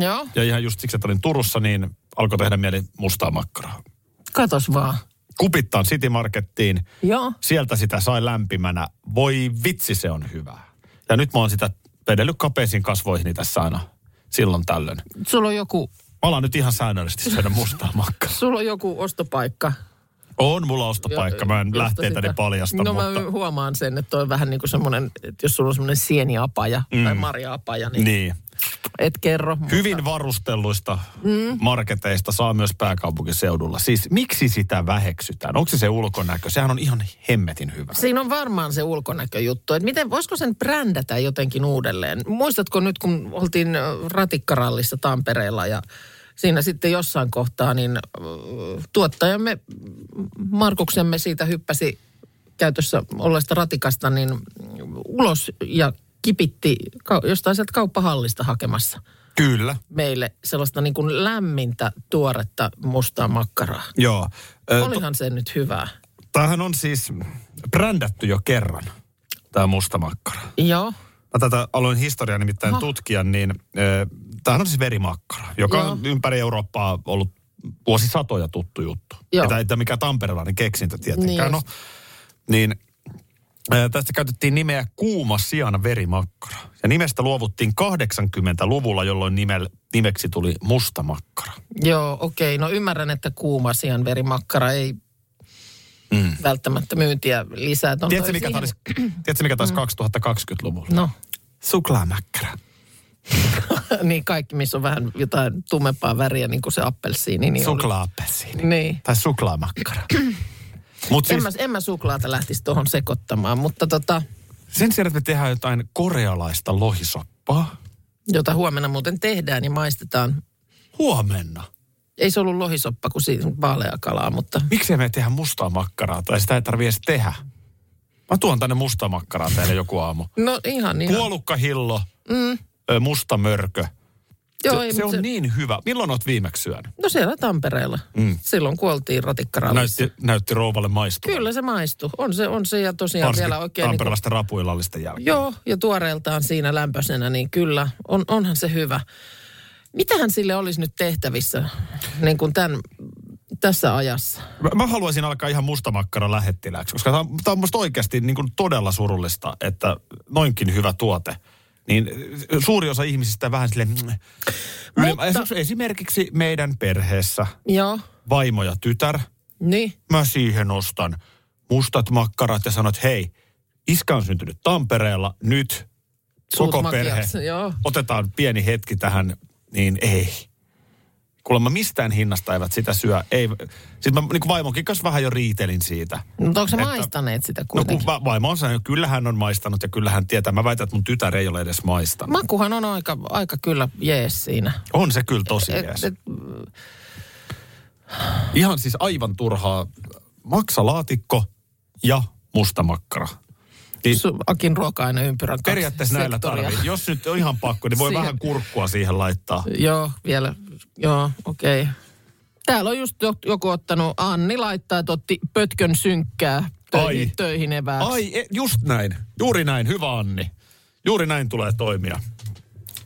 [SPEAKER 3] Joo,
[SPEAKER 2] Ja ihan just siksi, että olin Turussa, niin alkoi tehdä mieli mustaa makkaraa.
[SPEAKER 3] katos vaan.
[SPEAKER 2] Kupittaan City Markettiin.
[SPEAKER 3] Joo.
[SPEAKER 2] Sieltä sitä sai lämpimänä. Voi vitsi, se on hyvää. Ja nyt mä oon sitä vedellyt kapeisiin kasvoihini tässä aina silloin tällöin. Mä
[SPEAKER 3] Sulla on joku,
[SPEAKER 2] alan nyt ihan säännöllisesti syödä mustaa makkaraa.
[SPEAKER 3] sulla on joku ostopaikka.
[SPEAKER 2] On mulla ostopaikka, mä en
[SPEAKER 3] josta
[SPEAKER 2] lähteitäni
[SPEAKER 3] sitä-
[SPEAKER 2] paljasta,
[SPEAKER 3] No
[SPEAKER 2] mutta...
[SPEAKER 3] mä huomaan sen, että toi on vähän niin kuin semmoinen, että jos sulla on semmoinen sieniapaja mm. tai marjaapaja, niin, niin
[SPEAKER 2] Niin.
[SPEAKER 3] et kerro.
[SPEAKER 2] Hyvin varustelluista mm. marketeista saa myös pääkaupunkiseudulla. Siis miksi sitä väheksytään? Onko se se ulkonäkö? Sehän on ihan hemmetin hyvä.
[SPEAKER 3] Siinä on varmaan se ulkonäköjuttu, että miten, voisiko sen brändätä jotenkin uudelleen? Muistatko nyt, kun oltiin ö, ratikkarallissa Tampereella ja siinä sitten jossain kohtaa, niin ö, tuottajamme Markuksemme siitä hyppäsi käytössä olleesta ratikasta niin ulos ja kipitti ka- jostain sieltä kauppahallista hakemassa
[SPEAKER 2] Kyllä.
[SPEAKER 3] meille sellaista niin kuin lämmintä, tuoretta, mustaa makkaraa.
[SPEAKER 2] Joo. Ö, to-
[SPEAKER 3] Olihan se nyt hyvää.
[SPEAKER 2] Tämähän on siis brändätty jo kerran, tämä musta makkara.
[SPEAKER 3] Joo,
[SPEAKER 2] Mä tätä aloin historiaa nimittäin Aha. tutkia, niin ö, tämähän on siis verimakkara, joka Joo.
[SPEAKER 3] Joo.
[SPEAKER 2] on ympäri Eurooppaa ollut vuosisatoja tuttu juttu.
[SPEAKER 3] Joo.
[SPEAKER 2] Tämä ei tämä mikään tamperelainen keksintö tietenkään
[SPEAKER 3] Niin
[SPEAKER 2] niin. ole. Niin Ää, Tästä käytettiin nimeä kuuma sian verimakkara. Ja nimestä luovuttiin 80-luvulla, jolloin nimel, nimeksi tuli musta makkara.
[SPEAKER 3] Joo, okei. No ymmärrän, että kuuma sianverimakkara ei mm. välttämättä myyntiä lisää. Ton toi
[SPEAKER 2] Tiedätkö mikä,
[SPEAKER 3] siihen- Mm.
[SPEAKER 2] taisi, tiedätkö, mikä taisi 2020-luvulla?
[SPEAKER 3] No,
[SPEAKER 2] Suklaamäkkärä.
[SPEAKER 3] niin kaikki, missä on vähän jotain tummempaa väriä, niin kuin se appelsiini. Niin oli-
[SPEAKER 2] Suklaappesiini.
[SPEAKER 3] Niin.
[SPEAKER 2] Tai suklaamakkara. Mutta
[SPEAKER 3] En
[SPEAKER 2] siis
[SPEAKER 3] mä, en mä suklaata lähtisi tuohon sekoittamaan, mutta tota,
[SPEAKER 2] sen sijaan, että me tehdään jotain korealaista lohisoppaa
[SPEAKER 3] jota huomenna muuten tehdään ja maistetaan.
[SPEAKER 2] huomenna.
[SPEAKER 3] Ei se ollut lohisoppa, kun siinä on vaaleakalaa, mutta
[SPEAKER 2] Miksei me tehdä mustaa makkaraa tai sitä ei tarvitse edes tehdä? Mä tuon tänne mustaa makkaraa teille joku aamu.
[SPEAKER 3] no ihan niin.
[SPEAKER 2] Puolukkahillo, mm. musta mörkö.
[SPEAKER 3] Joo,
[SPEAKER 2] se,
[SPEAKER 3] ei,
[SPEAKER 2] se
[SPEAKER 3] mut
[SPEAKER 2] on niin hyvä. Milloin oot viimeksi syönyt?
[SPEAKER 3] No siellä Tampereella. Mm. Silloin kuoltiin ratikkarallissa.
[SPEAKER 2] Näytti, näytti rouvalle maistua.
[SPEAKER 3] Kyllä se maistuu. On se, on se ja tosiaan
[SPEAKER 2] Varsinkin
[SPEAKER 3] vielä oikein... Niin
[SPEAKER 2] Tamperelaisten niin rapuilallisten jälkeen.
[SPEAKER 3] kuin, joo, ja tuoreeltaan siinä lämpöisenä, niin kyllä, on, onhan se hyvä. Mitähän sille olisi nyt tehtävissä niin kuin tämän, tässä ajassa?
[SPEAKER 2] Mä, mä haluaisin alkaa ihan mustamakkara lähettilääksi, koska tämä on, tää on musta oikeasti niin kuin todella surullista, että noinkin hyvä tuote. Niin äh, suuri osa ihmisistä vähän silleen...
[SPEAKER 3] Mutta-
[SPEAKER 2] Mutta... Esimerkiksi meidän perheessä
[SPEAKER 3] Joo,
[SPEAKER 2] vaimo ja tytär,
[SPEAKER 3] niin.
[SPEAKER 2] mä siihen ostan mustat makkarat ja sanot, hei, iskä on syntynyt Tampereella, nyt
[SPEAKER 3] Suut
[SPEAKER 2] koko perhe,
[SPEAKER 3] makeaksi, joo.
[SPEAKER 2] otetaan pieni hetki tähän, niin ei. Kuulemma mistään hinnasta eivät sitä syö. Ei. Sitten mä niin vaimonkin kanssa vähän jo riitelin siitä.
[SPEAKER 3] Mutta onko se
[SPEAKER 2] Että-
[SPEAKER 3] No, maistaneet sitä
[SPEAKER 2] No kun
[SPEAKER 3] kuitenkin?
[SPEAKER 2] va- vaimo on sanonut, kyllä hän on maistanut ja kyllä hän tietää. Mä väitän, että mun tytär ei ole edes maistanut. Ma-
[SPEAKER 3] Makuhan on aika, aika kyllä jees siinä.
[SPEAKER 2] on se kyllä tosi
[SPEAKER 3] Et,
[SPEAKER 2] jees.
[SPEAKER 3] et,
[SPEAKER 2] Ihan siis aivan turhaa maksalaatikko ja musta makkara. Niin-
[SPEAKER 3] su- Akin ruoka aina ympyrän kaksi
[SPEAKER 2] Periaatteessa näillä
[SPEAKER 3] sektoria.
[SPEAKER 2] tarvii. Jos nyt on ihan pakko, niin voi
[SPEAKER 3] Siihen.
[SPEAKER 2] vähän kurkkua siihen laittaa.
[SPEAKER 3] Joo, vielä. Joo, okei. Okay. Täällä on just jo- joku ottanut, Anni laittaa, että otti pötkön synkkää töihin,
[SPEAKER 2] Ai.
[SPEAKER 3] töihin evääksi.
[SPEAKER 2] Ai, e- just näin. Juuri näin. Hyvä Anni. Juuri näin tulee toimia.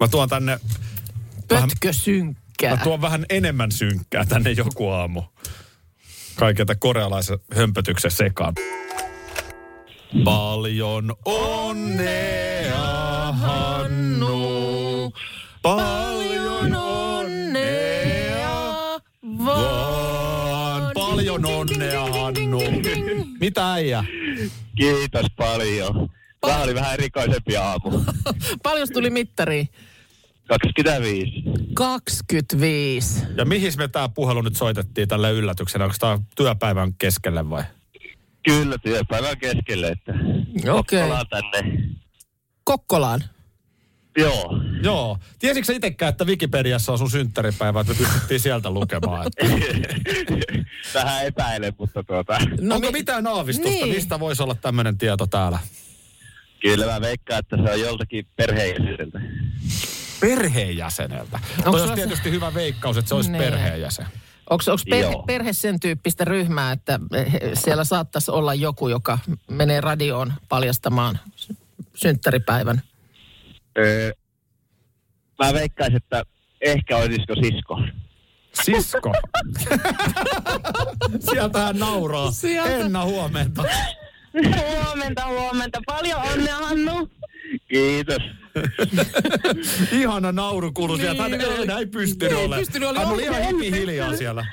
[SPEAKER 2] Mä tuon tänne,
[SPEAKER 3] Pötkö
[SPEAKER 2] mä
[SPEAKER 3] synkkää.
[SPEAKER 2] tuon vähän enemmän synkkää tänne joku aamu. Kaiketa korealaisen hömpötyksen sekaan. Paljon onnea, Hannu. Paljon onnea. vaan. Paljon onnea, Hannu. Mitä äijä?
[SPEAKER 9] Kiitos paljon. Tämä oli vähän erikoisempi aamu.
[SPEAKER 3] Paljon tuli mittariin?
[SPEAKER 9] 25.
[SPEAKER 3] 25.
[SPEAKER 2] Ja mihin me tämä puhelu nyt soitettiin tälle yllätyksenä? Onko tämä työpäivän keskelle vai?
[SPEAKER 9] Kyllä työpäivän keskelle, että
[SPEAKER 3] Okei. Okay.
[SPEAKER 9] ollaan tänne.
[SPEAKER 3] Kokkolaan.
[SPEAKER 9] Joo.
[SPEAKER 2] Joo. Tiesitkö sä itsekään, että Wikipediassa on sun synttäripäivä, että me pystyttiin sieltä lukemaan? Että...
[SPEAKER 9] Vähän epäilen, mutta tuota,
[SPEAKER 2] No, Onko
[SPEAKER 3] mi-
[SPEAKER 2] mitään aavistusta?
[SPEAKER 3] Niin.
[SPEAKER 2] Niin. Mistä voisi olla tämmöinen tieto täällä?
[SPEAKER 9] kyllä mä veikkaan, että se on joltakin perheenjäseneltä.
[SPEAKER 2] Perheenjäseneltä. Onko Toi
[SPEAKER 3] sulla
[SPEAKER 2] olisi
[SPEAKER 3] se-
[SPEAKER 2] tietysti hyvä veikkaus, että se olisi
[SPEAKER 3] Niin.
[SPEAKER 2] perheenjäsen.
[SPEAKER 3] Onko perhe,
[SPEAKER 9] Joo.
[SPEAKER 3] perhe sen tyyppistä ryhmää, että he- siellä saattaisi olla joku, joka menee radioon paljastamaan sy- synttäripäivän?
[SPEAKER 9] Öö, mä veikkaisin, että ehkä olisiko sisko.
[SPEAKER 2] Sisko. Sieltähän nauraa.
[SPEAKER 3] Sieltä.
[SPEAKER 2] Enna huomenta.
[SPEAKER 10] Huomenta, huomenta. Paljon onnea, Hannu.
[SPEAKER 9] Kiitos.
[SPEAKER 2] Ihana nauru kuului niin, sieltä. Hän ei, ei pystynyt
[SPEAKER 3] Ei
[SPEAKER 2] ole.
[SPEAKER 3] pystynyt, oli
[SPEAKER 2] Hän oli ihan
[SPEAKER 10] oikein.
[SPEAKER 2] hipi hiljaa siellä.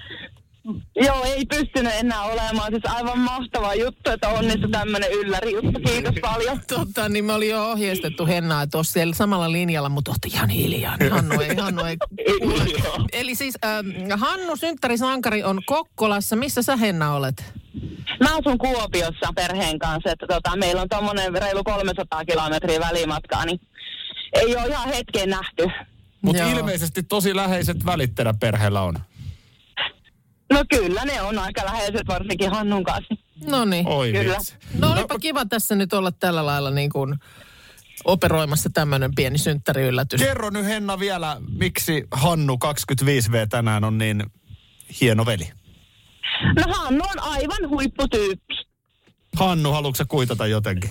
[SPEAKER 10] Joo, ei pystynyt enää olemaan. Siis aivan mahtava juttu, että onnistui tämmönen ylläri juttu. Kiitos paljon.
[SPEAKER 3] Totta, niin me oli jo ohjeistettu Hennaa, että olisi siellä samalla linjalla, mutta olette ihan hiljaa. Niin Hannu ei, Hannu ei kuule. Eli siis ähm, Hannu synttärisankari on Kokkolassa. Missä sä Henna olet?
[SPEAKER 10] Mä asun Kuopiossa perheen kanssa, että tota, meillä on tommonen reilu 300 kilometriä välimatkaa, niin ei ole ihan hetken nähty.
[SPEAKER 2] Mutta
[SPEAKER 3] Joo.
[SPEAKER 2] ilmeisesti tosi läheiset välit teidän perheellä on.
[SPEAKER 10] No kyllä, ne on aika läheiset, varsinkin Hannun kanssa.
[SPEAKER 3] No niin.
[SPEAKER 2] Oi
[SPEAKER 10] Kyllä.
[SPEAKER 2] vitsi.
[SPEAKER 3] No olipa kiva tässä nyt olla tällä lailla niin kuin operoimassa tämmöinen pieni synttäriyllätys.
[SPEAKER 2] Kerro nyt Henna vielä, miksi Hannu 25V tänään on niin hieno veli.
[SPEAKER 10] No Hannu on aivan huipputyyppi.
[SPEAKER 2] Hannu, haluatko sä kuitata jotenkin?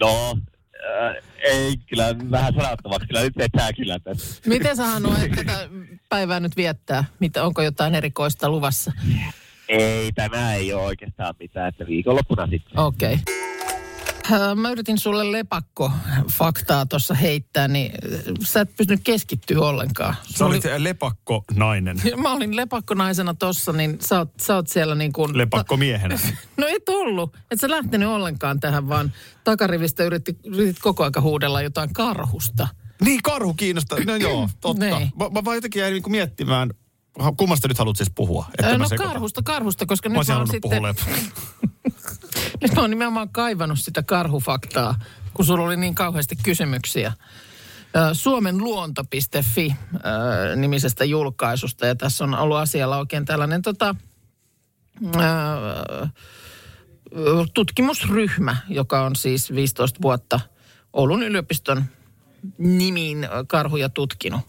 [SPEAKER 9] No, äh, ei kyllä vähän sanottavaksi, kyllä nyt etää kyllä tässä.
[SPEAKER 3] Miten sä Hannu, et tätä päivää nyt viettää? Mitä, onko jotain erikoista luvassa?
[SPEAKER 9] Ei, tänään ei ole oikeastaan mitään, että viikonloppuna sitten.
[SPEAKER 3] Okei. Okay. Ö, Mä yritin sulle lepakko faktaa tuossa heittää, niin ö, sä et pystynyt keskittyä ollenkaan.
[SPEAKER 2] Sä olit lepakko nainen.
[SPEAKER 3] Mä olin lepakkonaisena tossa, niin sä oot, sä oot siellä niin kuin...
[SPEAKER 2] Lepakko miehenä.
[SPEAKER 3] No et ollut. Et sä lähtenyt ollenkaan tähän, vaan takarivistä yritti, yritit koko aika huudella jotain karhusta.
[SPEAKER 2] Niin, karhu kiinnostaa. No joo, totta.
[SPEAKER 3] Niin.
[SPEAKER 2] Mä, mä vaan jotenkin jäin niinku miettimään, ha- kummasta nyt haluat siis puhua?
[SPEAKER 3] Ö,
[SPEAKER 2] mä
[SPEAKER 3] No
[SPEAKER 2] sekoitan.
[SPEAKER 3] karhusta, karhusta, koska
[SPEAKER 2] Mä
[SPEAKER 3] nyt
[SPEAKER 2] olisin
[SPEAKER 3] mä, oon
[SPEAKER 2] halunnut
[SPEAKER 3] sitten...
[SPEAKER 2] puhua lepakko.
[SPEAKER 3] Nyt mä oon nimenomaan kaivannut sitä karhufaktaa, kun sulla oli niin kauheasti kysymyksiä. Ö, Suomen luonto.fi ö, nimisestä julkaisusta ja tässä on ollut asialla oikein tällainen tota, ö, tutkimusryhmä, joka on siis 15 vuotta Oulun yliopiston nimiin ö, karhuja tutkinut.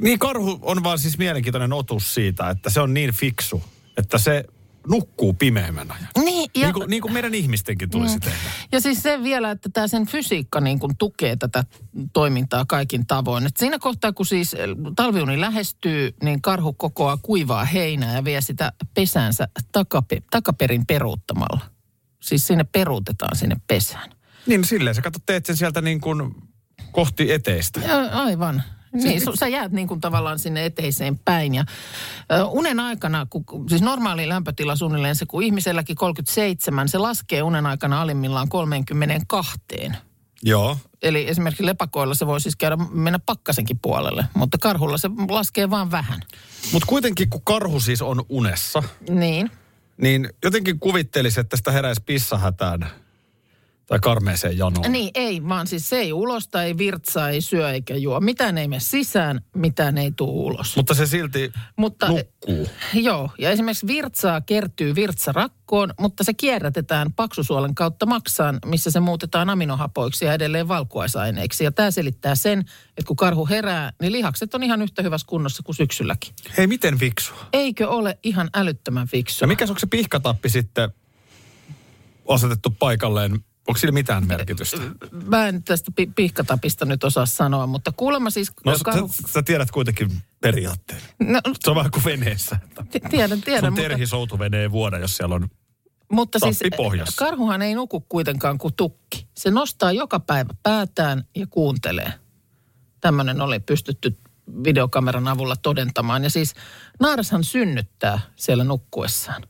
[SPEAKER 2] Niin karhu on vaan siis mielenkiintoinen otus siitä, että se on niin fiksu, että se nukkuu pimeämänä.
[SPEAKER 3] Niin,
[SPEAKER 2] Niin kuin, niin kuin meidän ihmistenkin tulisi mm. tehdä.
[SPEAKER 3] Ja siis se vielä, että tämä sen fysiikka niin kuin tukee tätä toimintaa kaikin tavoin. Et siinä kohtaa, kun siis eh, talviuni lähestyy, niin karhu kokoaa kuivaa heinää ja vie sitä pesänsä takape- takaperin peruuttamalla. Siis sinne peruutetaan sinne pesään.
[SPEAKER 2] Niin silleen sä katsot, teet sen sieltä niin kuin kohti eteistä.
[SPEAKER 3] Ä, Aivan. Niin, su, sä jäät niin kuin tavallaan sinne eteiseen päin. Ja, ö, unen aikana, kun, kun- siis normaali lämpötila suunnilleen se, kun ihmiselläkin 37, se laskee unen aikana alimmillaan 32.
[SPEAKER 2] Joo.
[SPEAKER 3] Eli esimerkiksi lepakoilla se voi siis käydä mennä pakkasenkin puolelle, mutta karhulla se laskee vaan vähän.
[SPEAKER 2] Mutta kuitenkin kun karhu siis on unessa,
[SPEAKER 3] Niin.
[SPEAKER 2] niin jotenkin kuvittelisi, että sitä heräisi pissahätään tai karmeeseen janoon.
[SPEAKER 3] Niin, ei, vaan siis se ei ulosta, ei virtsaa, ei syö eikä juo. Mitään ei mene sisään, mitään ei tule ulos.
[SPEAKER 2] Mutta se silti
[SPEAKER 3] Mutta,
[SPEAKER 2] nukkuu.
[SPEAKER 3] Joo, ja esimerkiksi virtsaa kertyy virtsarakkoon, mutta se kierrätetään paksusuolen kautta maksaan, missä se muutetaan aminohapoiksi ja edelleen valkuaisaineiksi. Ja tämä selittää sen, että kun karhu herää, niin lihakset on ihan yhtä hyvässä kunnossa kuin syksylläkin.
[SPEAKER 2] Hei, miten fiksu?
[SPEAKER 3] Eikö ole ihan älyttömän fiksua?
[SPEAKER 2] Ja mikä se onko se pihkatappi sitten asetettu paikalleen? Onko sillä mitään merkitystä?
[SPEAKER 3] Mä en tästä pi- pihkatapista nyt osaa sanoa, mutta kuulemma siis...
[SPEAKER 2] No
[SPEAKER 3] karhu...
[SPEAKER 2] sä, sä tiedät kuitenkin periaatteen.
[SPEAKER 3] no,
[SPEAKER 2] Se on vähän kuin veneessä. että
[SPEAKER 3] t- tiedän, tiedän.
[SPEAKER 2] Sun terhi soutuveneen ei vuoda, jos siellä on...
[SPEAKER 3] Mutta siis
[SPEAKER 2] Tappi pohjassa.
[SPEAKER 3] karhuhan ei nuku kuitenkaan kuin tukki. Se nostaa joka päivä päätään ja kuuntelee. Tämmöinen oli pystytty videokameran avulla todentamaan. Ja siis naarashan synnyttää siellä nukkuessaan.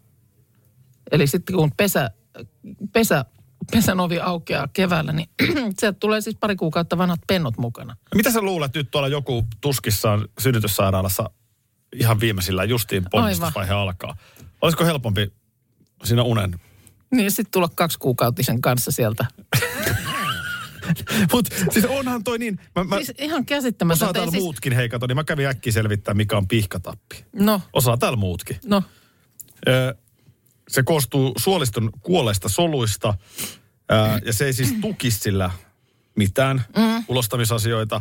[SPEAKER 3] Eli sitten kun pesä, pesä, pesän ovi aukeaa keväällä, niin sieltä tulee siis pari kuukautta vanhat pennut mukana.
[SPEAKER 2] Mitä sä luulet nyt tuolla joku tuskissaan synnytyssairaalassa ihan viimeisillä justiin ponnistusvaihe alkaa? Olisiko helpompi siinä unen?
[SPEAKER 3] Niin sitten tulla kaksi kuukautisen kanssa sieltä.
[SPEAKER 2] Mut siis onhan toi niin... Mä, mä,
[SPEAKER 3] Mä, siis ihan
[SPEAKER 2] osaa
[SPEAKER 3] käsittämätöntä. Ei
[SPEAKER 2] täällä
[SPEAKER 3] Siis,
[SPEAKER 2] muutkin heikata, niin mä kävin äkkiä selvittää, mikä on pihkatappi.
[SPEAKER 3] no,
[SPEAKER 2] Osaa täällä muutkin.
[SPEAKER 3] no,
[SPEAKER 2] Ö, se koostuu suoliston kuolleista soluista ö, ja se ei siis tuki sillä mitään mm. ulostamisasioita,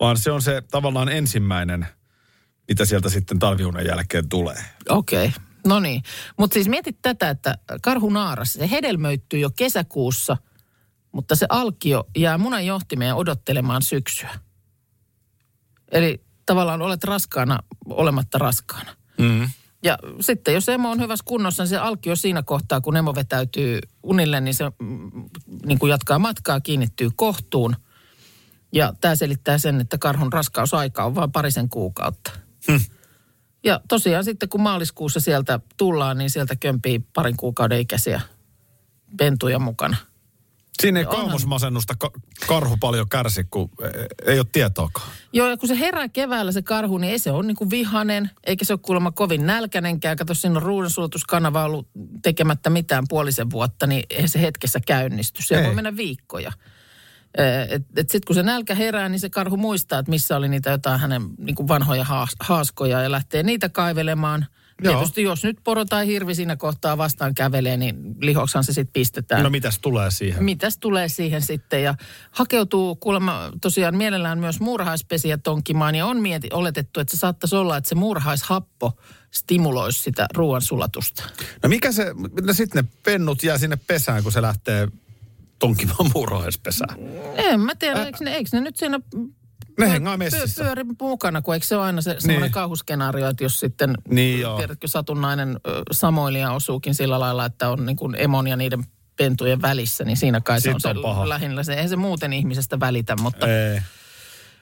[SPEAKER 2] vaan se on se tavallaan ensimmäinen, mitä sieltä sitten talviunen jälkeen tulee.
[SPEAKER 3] okei. Okay. No niin. Mutta siis mietit tätä, että karhunaaras, se hedelmöittyy jo kesäkuussa, mutta se alkio jää munan johtimeen odottelemaan syksyä. Eli tavallaan olet raskaana olematta raskaana.
[SPEAKER 2] Mm.
[SPEAKER 3] Ja sitten jos emo on hyvässä kunnossa, niin se alkio siinä kohtaa, kun emo vetäytyy unille, niin se mm, niin kuin jatkaa matkaa, kiinnittyy kohtuun. Ja tämä selittää sen, että karhun raskausaika on vain parisen kuukautta. Ja tosiaan sitten kun maaliskuussa sieltä tullaan, niin sieltä kömpii parin kuukauden ikäisiä pentuja mukana.
[SPEAKER 2] Siinä ei kaamosmasennusta ka- karhu paljon kärsi, kun eh, ei ole tietoakaan.
[SPEAKER 3] Joo, ja kun se herää keväällä se karhu, niin ei se ole niin kuin vihanen, eikä se ole kuulemma kovin nälkänenkään. Kato, siinä on ruudensulatuskanava ollut tekemättä mitään puolisen vuotta, niin eihän se hetkessä käynnisty. Se
[SPEAKER 2] Ei.
[SPEAKER 3] voi mennä viikkoja. Sitten kun se nälkä herää, niin se karhu muistaa, että missä oli niitä jotain hänen niin kuin vanhoja haas- haaskoja ja lähtee niitä kaivelemaan.
[SPEAKER 2] Joo.
[SPEAKER 3] Joo. Tietysti jos nyt poro tai hirvi siinä kohtaa vastaan kävelee, niin lihoksan se sitten pistetään
[SPEAKER 2] No mitäs tulee siihen?
[SPEAKER 3] mitäs tulee siihen sitten. Ja hakeutuu kuulemma tosiaan mielellään myös muurahaispesiä tonkimaan ja on mieti, oletettu, että se saattaisi olla, että se muurahaishappo stimuloisi sitä ruoansulatusta.
[SPEAKER 2] No mikä se, no sitten ne pennut jää sinne pesään, kun se lähtee tonkimaan muurahaispesään.
[SPEAKER 3] En mä tiedä, eikö ne, eikö ne nyt siinä
[SPEAKER 2] Ne hengaa
[SPEAKER 3] Pyö-
[SPEAKER 2] messissä.
[SPEAKER 3] Pyöri mukana, kun eikö se ole aina se semmoinen
[SPEAKER 2] Niin.
[SPEAKER 3] kauhuskenaario, että jos sitten,
[SPEAKER 2] Niin joo.
[SPEAKER 3] tiedätkö, satunnainen ö, samoilija osuukin sillä lailla, että on niin kuin emon ja niiden pentujen välissä, niin siinä kai se on,
[SPEAKER 2] Sitten on
[SPEAKER 3] se
[SPEAKER 2] paha.
[SPEAKER 3] lähinnä se. Eihän se muuten ihmisestä välitä, mutta...
[SPEAKER 2] Ei.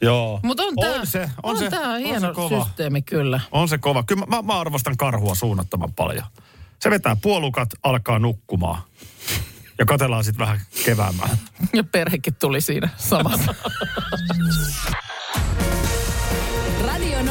[SPEAKER 2] Joo.
[SPEAKER 3] Mutta on, tää,
[SPEAKER 2] on se, on, se,
[SPEAKER 3] tää
[SPEAKER 2] on
[SPEAKER 3] hieno
[SPEAKER 2] se kova.
[SPEAKER 3] systeemi kyllä.
[SPEAKER 2] On se kova. Kyllä mä, mä arvostan karhua suunnattoman paljon. Se vetää puolukat, alkaa nukkumaan. Ja katellaan sitten vähän keväämään.
[SPEAKER 3] Ja perhekin tuli siinä samassa.
[SPEAKER 1] Radio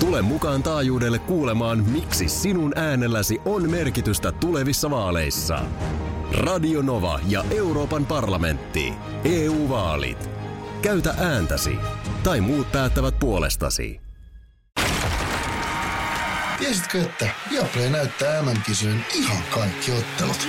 [SPEAKER 6] Tule mukaan taajuudelle kuulemaan, miksi sinun äänelläsi on merkitystä tulevissa vaaleissa. Radio Nova ja Euroopan parlamentti. EU-vaalit. Käytä ääntäsi. Tai muut päättävät puolestasi.
[SPEAKER 8] Tiesitkö, että Viaplay näyttää MM-kisojen ihan kaikki ottelut?